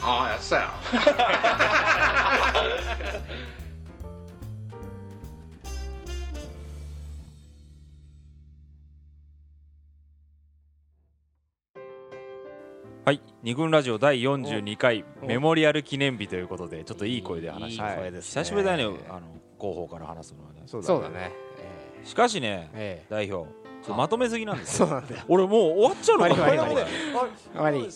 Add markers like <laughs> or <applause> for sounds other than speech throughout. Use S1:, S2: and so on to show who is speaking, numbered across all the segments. S1: ああやってたよ
S2: はい二軍ラジオ第42回メモリアル記念日ということでちょっといい声で話して
S3: いい
S2: ます
S3: 声ですね
S2: 久しぶりだねあの広報から話すのはね
S3: そうだ
S1: そう
S3: ね
S1: だね
S2: しかしね
S3: ええ
S2: 代表ちょっとまとめすぎなんです
S3: そうなんだよ
S2: 俺もう終わっちゃうのか
S3: 終わり
S2: な
S3: 終わり終わり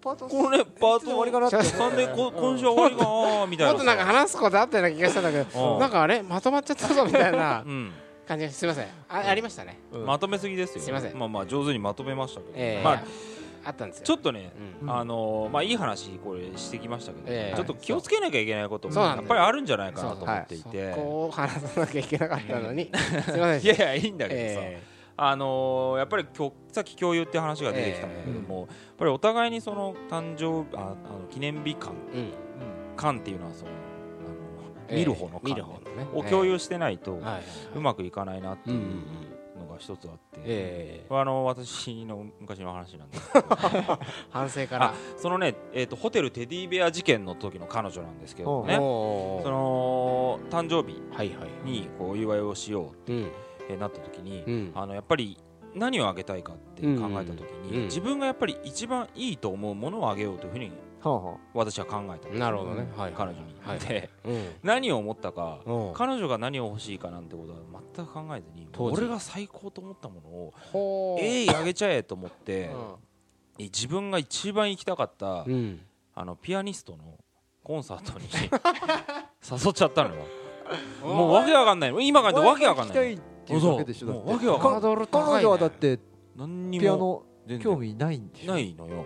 S4: パート
S2: このねパート
S4: 終わりかなって
S2: 3でこ今週は終わりかなみたいな
S3: もっとなんか話すことあったような気がしたんだけ
S2: うん
S3: どなんかあれまとまっちゃったぞみたい <laughs> な
S2: うん
S3: 感じがすいませんあありましたね
S2: まとめすぎですよ
S3: すいません
S2: まあまあ上手にまとめましたけど、
S3: ええ
S2: まあ
S3: あったんですよ
S2: ちょっとね、
S3: うん
S2: あのーまあいい話これしてきましたけど、
S3: ええ
S2: ちょっと気をつけなきゃいけないことも
S3: そうな
S2: や
S3: んだ
S2: っぱりあるんじゃないかなと思ってい
S3: そ
S2: て、
S3: こを話さなきゃいけなかったのにすいませんで
S2: い、
S3: した
S2: やいやいいんだけどさ、
S3: え
S2: あのーやっぱり今日さっき共有って話が出てきたんだけども、やっぱりお互いにその誕生ああの記念日感
S3: えうん
S2: 感っていうのはそのあの見る方の
S3: ええ
S2: 感ね、
S3: 見る方のね
S2: を共
S3: え
S2: 有してないと
S3: えはいう
S2: まくいかないなって
S3: う
S2: い
S3: んう
S2: うん
S3: うん
S2: のが一つあって、
S3: ええ
S2: あの私の昔の話なんですけど
S3: 反省か
S2: あ
S3: ら
S2: そのね、えー、とホテルテディベア事件の時の彼女なんですけどね
S3: おー
S2: その誕生日
S3: はいはい
S2: にこうお祝いをしよ
S3: うん
S2: うってなった時に、
S3: うん
S2: あのやっぱり何をあげたいかって考えた時に、
S3: うん
S2: 自分がやっぱり一番いいと思うものをあげようというふうに
S4: ほうほ
S2: 私は考えたんですよ
S3: なるほどねはい
S2: 彼女に、
S3: はい
S2: で
S3: うん
S2: 何を思ったか
S3: うん
S2: 彼女が何を欲しいかなんてことは全く考えずに
S3: 当時
S2: 俺が最高と思ったものを
S3: ほー
S2: えいあげちゃえと思って
S3: うん
S2: 自分が一番行きたかった
S3: うん
S2: あのピアニストのコンサートに誘っちゃったのよもう
S3: もう
S2: わけわかんないの今
S4: う
S2: からでわけわかんないの
S4: いっていうだけでしょ
S2: そう
S4: だ
S2: もうわ
S4: っ
S2: け
S4: て
S2: わかんない
S3: ハードル高いね
S4: 彼女はだって
S2: 何に
S4: ピア
S2: も
S4: ノ
S2: 全然
S4: 興味ないんでしょ
S2: ないのよ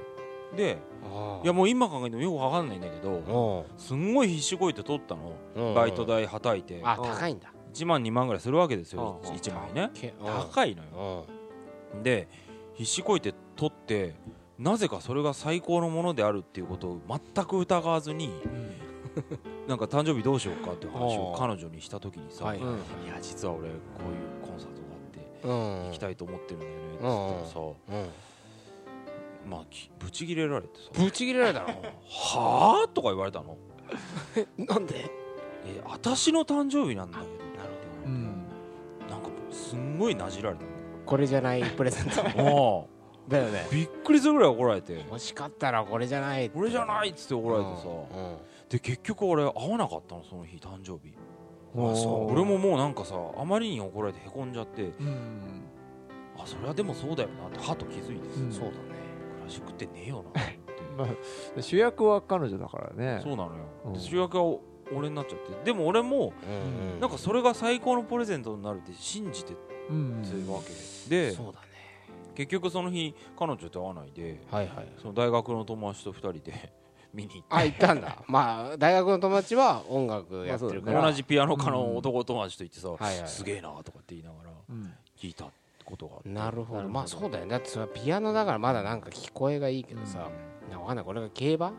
S2: で
S3: あー
S2: いやもう今考えてもよくわかんないんだけど
S3: お
S2: すんごい必死こいて取ったの
S3: ー
S2: バイト代はたいて
S3: あ高いんだ
S2: 1万2万ぐらいするわけですよ
S4: うん
S2: 1枚ね
S3: け
S2: 高いのよ
S3: うん
S2: で必死こいて取ってなぜかそれが最高のものであるっていうことを全く疑わずに <laughs> なんか誕生日どうしようかっていう話を
S3: あ
S2: 彼
S3: ー
S2: 女にした時にさ「
S3: はい
S2: い
S4: うん
S2: や実は俺こういうコンサートがあって
S3: うん
S2: 行きたいと思ってるんだよね」って
S3: うん
S2: 言ったらさ
S3: うん
S2: まあきブチギレられてさ
S3: ぶち切れられたの
S2: 「はあ?」とか言われたの
S3: <laughs> なんで
S2: 「え私の誕生日なんだけど」って
S4: う
S2: 言われて
S4: ん
S2: なんかすんごいなじられたの
S3: これじゃないプレゼ
S2: <laughs>
S3: ント
S2: あ
S3: だよね
S2: あびっくりするぐらい怒られて
S3: 欲しかったらこれじゃない
S2: 「俺じゃないい」っつって怒られてさ
S3: う
S2: で結局俺会わなかったのその日誕生日
S4: あ
S2: そう俺ももうなんかさあまりに怒られてへこんじゃって
S4: うん
S2: あそれはでもそうだよなってはと気づいてさ、
S4: うん
S3: んそうだね
S2: クラシックってねえよな <laughs> って
S4: まあ主役は彼女だからね
S2: そうなのよ、
S4: うん
S2: で主役はお俺になっちゃってでも俺も
S3: うんうん
S2: なんかそれが最高のプレゼントになるって信じて
S4: うん
S2: るわけで
S3: そうだね
S2: 結局その日彼女と会わないで
S3: はいはい
S2: その大学の友達と2人で <laughs> 見に行って
S3: あ行ったん <laughs> だまあ大学の友達は音楽やってるから
S2: 同じピアノ科の男友達と行ってさ、
S3: はいはい
S2: すげえなとかって言いながら
S4: うん
S2: 聞いたってことがあって
S3: なるほどまあそうだよねだってそれはピアノだからまだなんか聞こえがいいけどさなんかわかんないこれが競馬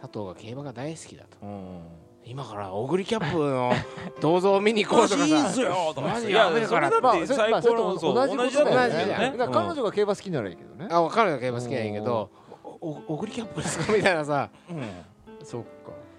S3: 佐藤が競馬が大好きだと
S2: うん、うん
S3: 今からオグリキャップの銅像を見に行こうとか
S2: いいっ
S3: さ
S2: すよとか
S3: マジ
S2: いや
S3: やめる
S2: それ
S3: から
S2: だって最高
S4: ま
S2: の
S4: あ
S2: そう
S4: 同じ
S2: 同
S4: こ
S2: じだ
S4: と
S2: と
S4: だ
S2: 思うん
S4: よ
S2: だよ
S4: ね
S2: ね
S4: だから彼女が競馬好きならいいけどね
S3: <laughs> あ彼女が競馬好きなんやけどおおオグリキャップですかみたいなさ
S2: うんうん
S4: そっか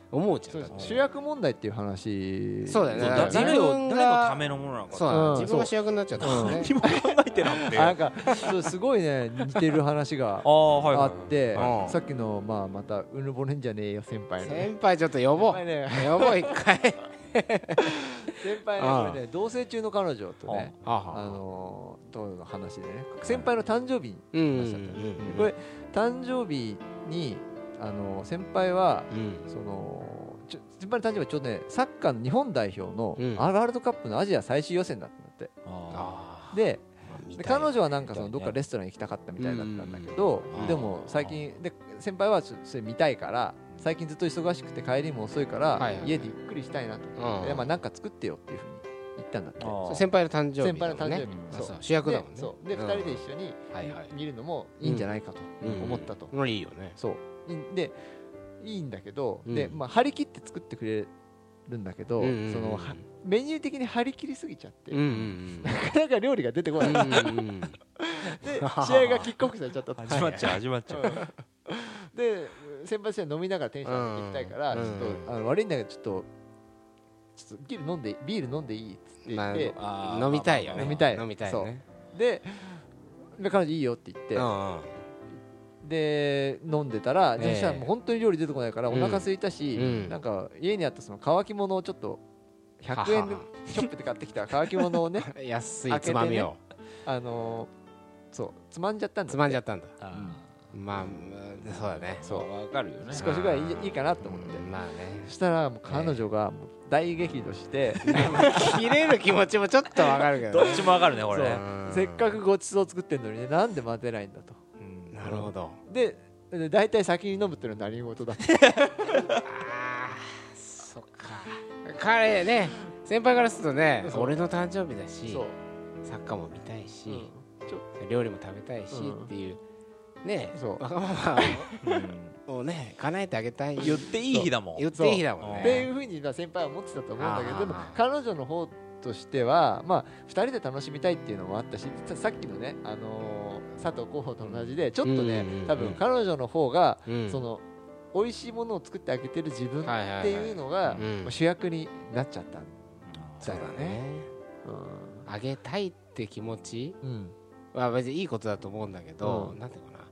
S3: 思うじゃん
S4: そう
S3: だって
S4: 主役問題っていう話
S3: そうだよね
S2: そう
S3: だから
S2: だ
S3: 自
S2: 誰
S3: 分
S2: を
S3: が
S2: 誰のためのものなのか
S3: そうだね
S4: うん
S3: 自分が主役になっちゃったもんね
S2: 何も考えてなくて
S4: あなんかそうすごいね似てる話が
S2: ああ <laughs> はいは
S4: あ
S2: い
S4: って
S3: はいうん
S4: さっきのまあまたうぬぼれんじゃねえよ先輩のね
S3: 先輩ちょっと呼ぼ
S4: 先輩
S3: う
S4: ね
S3: 呼ぼう一回
S4: <laughs> 先輩
S3: ああ
S4: ねこれね同棲中の彼女とね
S3: あ
S4: あのーとの話でね先輩の誕生日
S3: うんうん
S4: 話だったんですこれ誕生日にあのー先輩は
S3: うん
S4: そのちょ先輩の誕生日はちょうどねサッカーの日本代表の
S3: うん
S4: ワールドカップのアジア最終予選だったんだって
S2: あ
S3: あ
S4: で
S3: ー
S4: で彼女はなんかその
S2: 見
S4: ど
S2: たいね
S4: っかレストラン行きたかったみたいだったんだけど
S3: うんうん
S4: でも最近で先輩はちょそれ見たいから最近ずっと忙しくて帰りも遅いか
S3: は
S4: ら
S3: いはい
S4: 家でゆっくりしたいなと
S3: うん
S4: でまあなんか作ってよっていうふうに言ったんだって
S2: あ
S3: そ
S2: ー
S3: う先輩の誕生日
S4: 先輩の誕生
S3: 日
S4: 日
S2: うん
S4: そう
S3: そう主役だもんね
S4: でそうで
S3: うん
S4: 2人で一緒に
S3: はいはい
S4: 見るのもいいんじゃないかと思ったと
S3: これいいよね
S4: そういでいいんだけど
S3: うん
S4: でまあ張り切って作ってくれるんだけど
S3: そ
S4: そのはメニュー的に張り切りすぎちゃって
S3: うんうん
S4: なかなか料理が出てこ
S3: う
S4: ない
S3: ん
S4: で
S3: うん <laughs> うん
S4: 試合がキックオフされちゃったと
S2: 始まっちゃう始まっちゃう
S4: <laughs> で先輩としては飲みながらテンション上げていきたいから、
S3: うん
S4: ちょっとあの悪いんだけどちょっとちょっとビール飲んでビール飲んでいいっつって言って、
S2: あー
S3: 飲みたいよね
S4: 飲みたい
S3: 飲みたいね
S4: でで彼女いいよって言って、
S3: うんうん
S4: で飲んでたら、
S3: ええ
S4: そしたらもう本当に料理出てこないからお
S3: うん
S4: 腹空いたし、
S3: うん
S4: なんか家にあったその乾き物をちょっと100円で
S3: はは
S4: ショップで買ってきた乾き物をね
S3: 安いつまみを
S4: あのーそうつまんじゃったんだ
S3: つまんじゃったんだ
S2: あ
S3: まあうんそうだね
S2: ーそうわかるよね
S4: 少しぐらいいいいいかなと思って、
S3: うんまあね
S4: そしたらもう彼女がもう大激怒して、
S3: 切れる気持ちもちょっとわかるけど
S2: ど
S3: ね
S2: っちもわかるねこれ
S4: そう
S2: ね
S3: うん
S4: せっかくごちそう作ってんのにねなんで待てないんだと
S2: うん
S3: なるほど
S4: でで大体先に飲むっていうのは何事だって
S3: あーそっか彼ね先輩からするとね
S4: そう
S3: 俺の誕生日だし
S4: そう、
S3: サッカーも見たいし、
S4: うん
S3: 料理も食べたいし、
S4: うん
S3: っていうね
S4: そう
S3: わがまま
S2: うん
S3: をね叶えてあげたい
S2: 言っていい日だもん
S3: 言っていい日だもん
S2: そう
S4: ってい
S3: ね
S4: うふうにまあ先輩は思ってたと思うんだけどでも
S3: あー
S4: 彼女の方としては、まあ、2人で楽しみたいっていうのもあったしささっきのね、あのー佐藤候補と同じでちょっとね
S3: うんうんうん
S4: 多分彼女の方が、
S3: うん
S4: その美味しいものを作ってあげてる自分
S3: はいはいはい
S4: っていうのが、
S3: うん
S4: もう主役になっちゃった、
S3: そうだね
S4: う
S3: あげたいって気持ち
S4: んうん
S3: は別にいいことだと思うんだけど、
S4: うん
S3: なんていうのかな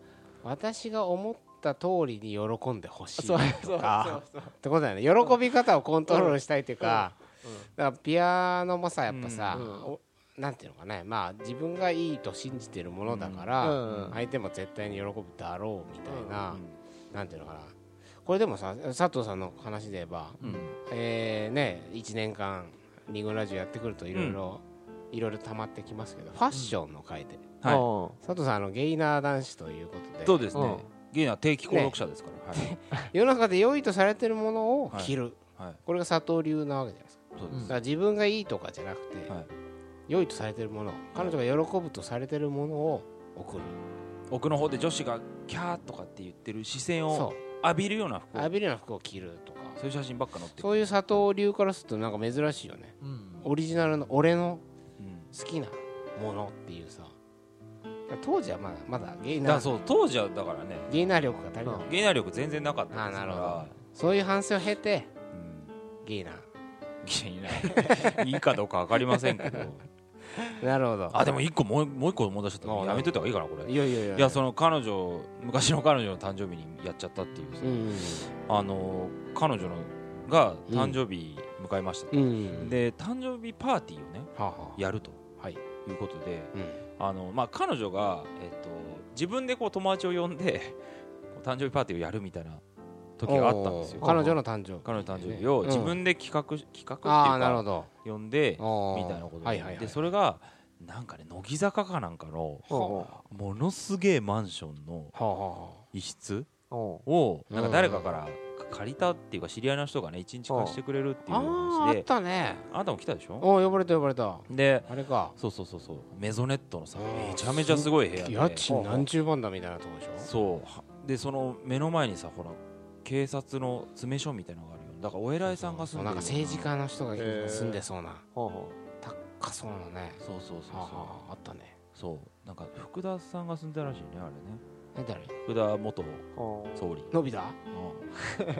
S3: 私が思った通りに喜んでほしい
S4: そうそうそう
S3: かってことだよね喜び方をコントロールしたいというか,、
S4: うんうん
S3: だからピアノもさやっぱさ、
S4: うんうん
S3: おなんていうのかねまあ自分がいいと信じてるものだから、
S4: うんうん
S3: 相手も絶対に喜ぶだろうみたいな、
S2: う
S3: なんていうのかなこれでもさ佐藤さんの話で言えば、
S2: んうん
S3: えーね1年間二軍ラジオやってくるといろいろ、いろいろ溜まってきますけどファッションの回で、
S2: は
S4: うん
S3: 佐藤さんあのゲイナー男子ということで
S2: いそうです
S4: うん
S2: ねゲイナは定期購読者ですからはい
S3: 世の中で良いとされてるものを着る、
S2: はい
S3: これが佐藤流なわけじゃないですか
S2: そう
S4: う
S2: で
S3: だ
S2: す
S3: から自分がいいとかじゃなくて、
S2: はい
S3: 良いとされてるもの彼女が喜ぶとされてるものを送る、
S2: 奥の方で女子がキャーとかって言ってる視線
S3: そ
S2: を浴びるような
S3: う
S2: 服を
S3: 浴びるような服を着るとか
S2: そういう写真ばっか載ってる
S3: そういう佐藤流からするとなんか珍しいよね
S4: うん
S3: オリジナルの俺の
S2: うん
S3: 好きなものっていうさ当時はまだまだゲイ
S2: だか
S3: ナ
S2: ら
S3: ー
S2: そう当時はだからね
S3: ゲイナー力が足りなかった
S2: 芸能力全然なかったです
S3: あーな
S2: か
S3: るほ
S2: ら
S3: そういう反省を経て
S2: うん
S3: ゲイナ
S2: 芸ないいいかどうか分かりませんけ
S3: <laughs>
S2: ど
S3: ーなるほど
S2: あでも一個もうもう一個思い出しちゃ
S3: あ
S2: ったやめといた方がいいかなこれ
S3: いやいやいや
S2: いやその彼女昔の彼女の誕生日にやっちゃったっていうさ、
S3: うん
S2: あの彼女のが誕生日迎えましたと、
S3: うんうん
S2: で誕生日パーティーをね
S3: はあはあ
S2: やると
S3: はい
S2: いうことで
S3: うん
S2: あの、まあ、彼女が、えっと自分でこう友達を呼んで <laughs> こう誕生日パーティーをやるみたいな時があったんですよ
S3: おー彼女の誕生日
S2: 彼女の誕生日を
S3: うん
S2: 自分で企画し、企画って
S3: ああ
S2: い
S3: ー
S2: う
S3: なるほ
S2: か
S3: ど
S2: 呼んで
S3: み
S2: みたいなことで,、
S3: はいはいはい
S2: でそれがなんかね乃木坂かなんかのものすげえマンションの
S3: はあは
S2: 一室
S4: うん
S2: を
S3: うん
S2: なんか誰かから借りたっていうか知り合いの人がね一日貸してくれるっていう
S3: あああ
S2: 話
S3: ーあっ
S2: で
S3: たね
S2: あなたも来たでしょ
S3: お呼ばれた呼ばれた
S2: で
S3: あれか
S2: そうそうそうそうメゾネットのさ
S3: あー
S2: めちゃめちゃすごい部屋
S3: 家
S2: で
S3: 賃何十万だみたいなとこでしょ
S2: そうはでその目の前にさほら警察の詰め所みたいなのがあるよだからお偉いさんが住んで
S3: なん
S2: る
S3: か
S2: よ
S3: 政治家の人が
S4: へー
S3: 住んでそうな
S4: ほうほ
S3: 高そうなね
S2: そうそうそう
S3: はあは
S2: そ
S3: ああったね
S2: うそうなんか福田さんが住んでるらしいねあれね
S3: え誰
S2: 福田元
S4: うほう
S3: <laughs>
S2: 総理
S3: のびだ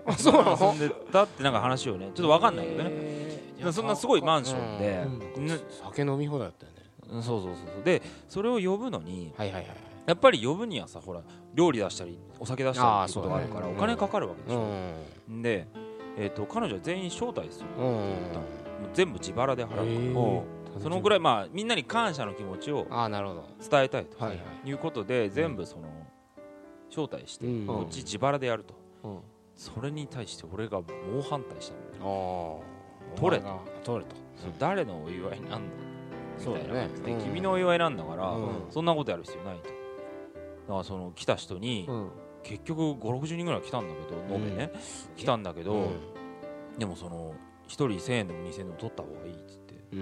S2: あそうなの住んでたってなんか話をねちょっとわかんないけどね
S3: ね
S2: でもそんなすごいマンションでね
S3: 酒飲み放題だったよね
S2: うんそうそうそうそうでそれを呼ぶのに
S3: はいはいはいはい
S2: やっぱり呼ぶにはさほら料理出したりお酒出したりっていうことがあるから
S3: あーそ
S2: お
S3: うだね
S2: 金かかるわけで
S3: う
S2: し
S3: ん
S2: ょ、で、えー、と彼女は全員招待する
S3: うんうん
S2: もう全部自腹で払うから、
S3: へー
S2: もうそのぐら
S3: い
S2: い、まあ、みんなに感謝の気持ちを
S3: ああなるほど
S2: 伝えたいと
S3: はいはい
S2: いうことで全部その招待して
S3: うん
S2: こっち自腹でやると
S4: うん
S2: それに対して俺が猛反対したのよ
S3: ああ
S2: 取れ
S3: と取れと
S2: それ誰のお祝いなんだみ
S3: そ
S2: た
S3: うだ
S2: い
S3: よ
S2: な
S3: ね
S2: 感じで
S3: うん
S2: 君のお祝いなんだから
S3: うん
S2: そんなことやる必要ないとだからその来た人に
S4: うん
S2: 結局560人ぐらい来たんだけど延べね来たんだけ
S3: うん
S2: どでもその1人1000円でも2000円でも取った方がいいっつって
S3: うん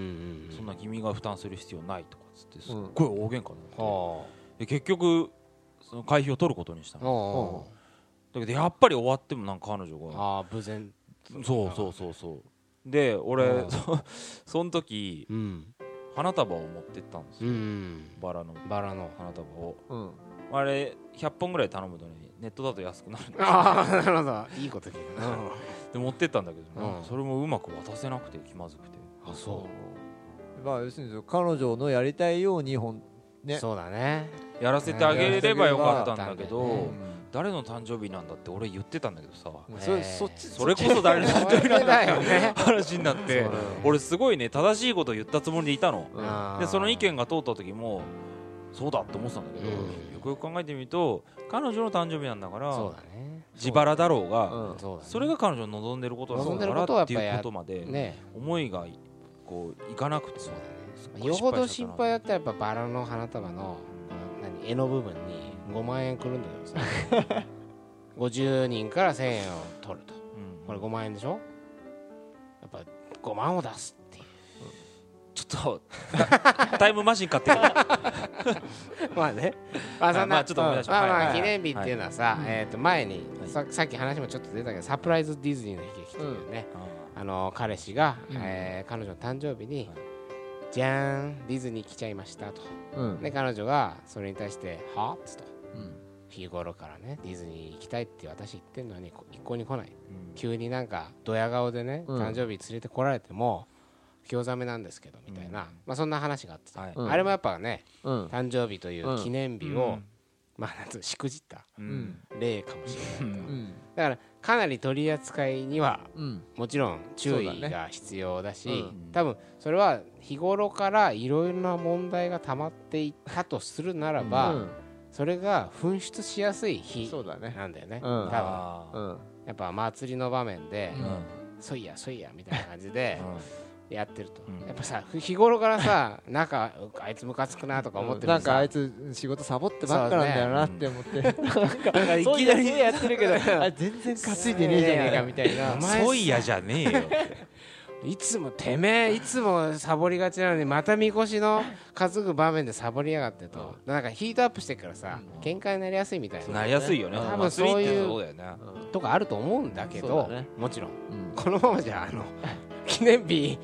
S3: うん
S2: そんな君が負担する必要ないとかっつってすっ
S4: うん
S2: ごい大喧嘩になって
S3: は
S2: で結局その会費を取ることにした
S3: あ
S2: の
S3: うん
S2: だけどやっぱり終わってもなんか彼女が
S3: ああ無然
S2: そうそうそうそうで俺
S3: うん
S2: そその時
S3: うん
S2: 花束を持ってったんです
S3: う
S2: よ
S3: ん
S2: バラの
S3: バラの
S2: 花束を
S4: うん
S2: あれ100本ぐらい頼むとねネットだと安くなるんです
S3: ああなるほどいいこと聞いたな
S2: <laughs> で持ってったんだけど、
S3: うん
S2: なんかそれもうまく渡せなくて気まずくて
S3: あそ
S4: まあ要するにその彼女のやりたいようにほん
S3: う、
S4: ね
S3: そうだね
S2: やらせてあげればよかったんだけ
S3: う
S2: ど、
S3: ん
S4: うん
S2: 誰の誕生日なんだって俺言ってたんだけどさ、
S4: もうそ
S3: え
S4: れ
S3: ー
S4: そっち
S2: それこそ誰の誕生日なんだ
S3: だよね
S2: 話になって
S3: そうだよね
S2: 俺すごいね正しいことを言ったつもりでいたの
S4: うん
S3: あー
S2: でその意見が通った時もそうだって思ってたんだけど、
S3: うん
S2: よくよく考えてみると彼女の誕生日なんだか
S3: そ
S2: ら
S3: うだね
S2: 自腹だろうが、
S4: うん
S3: そうだね
S2: それが彼女の望んでることなん
S3: 望ん
S2: だ
S3: でる
S2: か
S3: こと
S2: ら
S3: は
S2: ってい
S3: やっ
S2: う
S3: ぱ
S2: こ
S3: や
S2: とまで
S3: ね
S2: 思いがこういかなくて
S3: そうだね
S2: ごい
S3: よほど
S2: 失
S3: 心
S2: 敗したな
S3: 配だったらやっぱバラの花束のあの何絵の部分に5万円くるんだけどさ
S2: <laughs>
S3: 50人から1000円を取ると
S2: うん
S3: これ5万円でしょやっぱ5万を出すっ
S2: <laughs>
S3: ていう
S2: ちょっとタイムマシン買ってくる
S3: <laughs> まあね、まあ、そんな
S2: まあちょっと思い出しま
S3: まあ
S2: す
S3: まあ
S2: はい
S3: 記念日っていうのはさ、えっ、と前に、
S2: はい
S3: ささっき話もちょっと出たけどサプライズディズニーの悲劇というね、あの彼氏が、
S4: うん
S3: えー彼女の誕生日に、
S2: は
S3: じゃーんディズニー来ちゃいましたと
S4: うん
S3: で彼女がそれに対して「はっ?」つと
S4: うん
S3: 日頃からねディズニー行きたいって私言ってんのにこ一向に来ない急になんかドヤ顔でね、
S4: うん
S3: 誕生日連れてこられても興ざめなんですけどみたいな、
S2: うん
S3: まあそんな話があってた、
S2: はい
S4: うん
S3: あれもやっぱね
S4: うん
S3: 誕生日という記念日を、まあなんつうのしくじった
S2: う
S4: うん
S2: ん
S3: 例かもしれないと、
S2: う
S4: うん
S3: だからかなり取り扱いには
S4: うん
S3: もちろん注
S4: そう
S3: 意
S4: だね
S3: が必要だし
S2: うん
S3: 多分それは日頃からいろいろな問題が溜まっていったとするならば、
S4: うん
S3: それが噴出しやすい日
S4: そうだね
S3: なんだよね、
S4: ん
S3: 多分や
S2: あ
S4: う
S2: ー
S4: ん
S3: っぱ祭りの場面で
S2: うん
S3: 「そいやそいや」みたいな感じ
S4: <laughs>
S3: で
S2: うん
S3: やってると、
S2: うん
S3: やっぱさ日頃からさ <laughs> なんかあいつムカつくなとか思ってる
S4: なんかあい
S3: つ
S4: つ仕事サボってばっかなんだよなって思って
S3: いきなりやってるけ <laughs> ど
S4: あ全然担いでねえじゃねえかみたいな
S3: お前さ
S2: そういやじゃねえよって
S3: いつもてめえいつもサボりがちなのにまたみこしの担ぐ場面でサボりやがってと、なんかヒートアップしてっからさ、喧嘩になりやすいみたいな
S2: なりやすいよね
S4: 多
S3: 分
S2: 祭り
S3: そう
S2: っ
S3: いう
S2: てそうだよね
S3: とかあると思うんだけ
S4: そう
S3: ど
S4: だね
S3: もちろん
S4: うん
S3: このままじゃあの記念日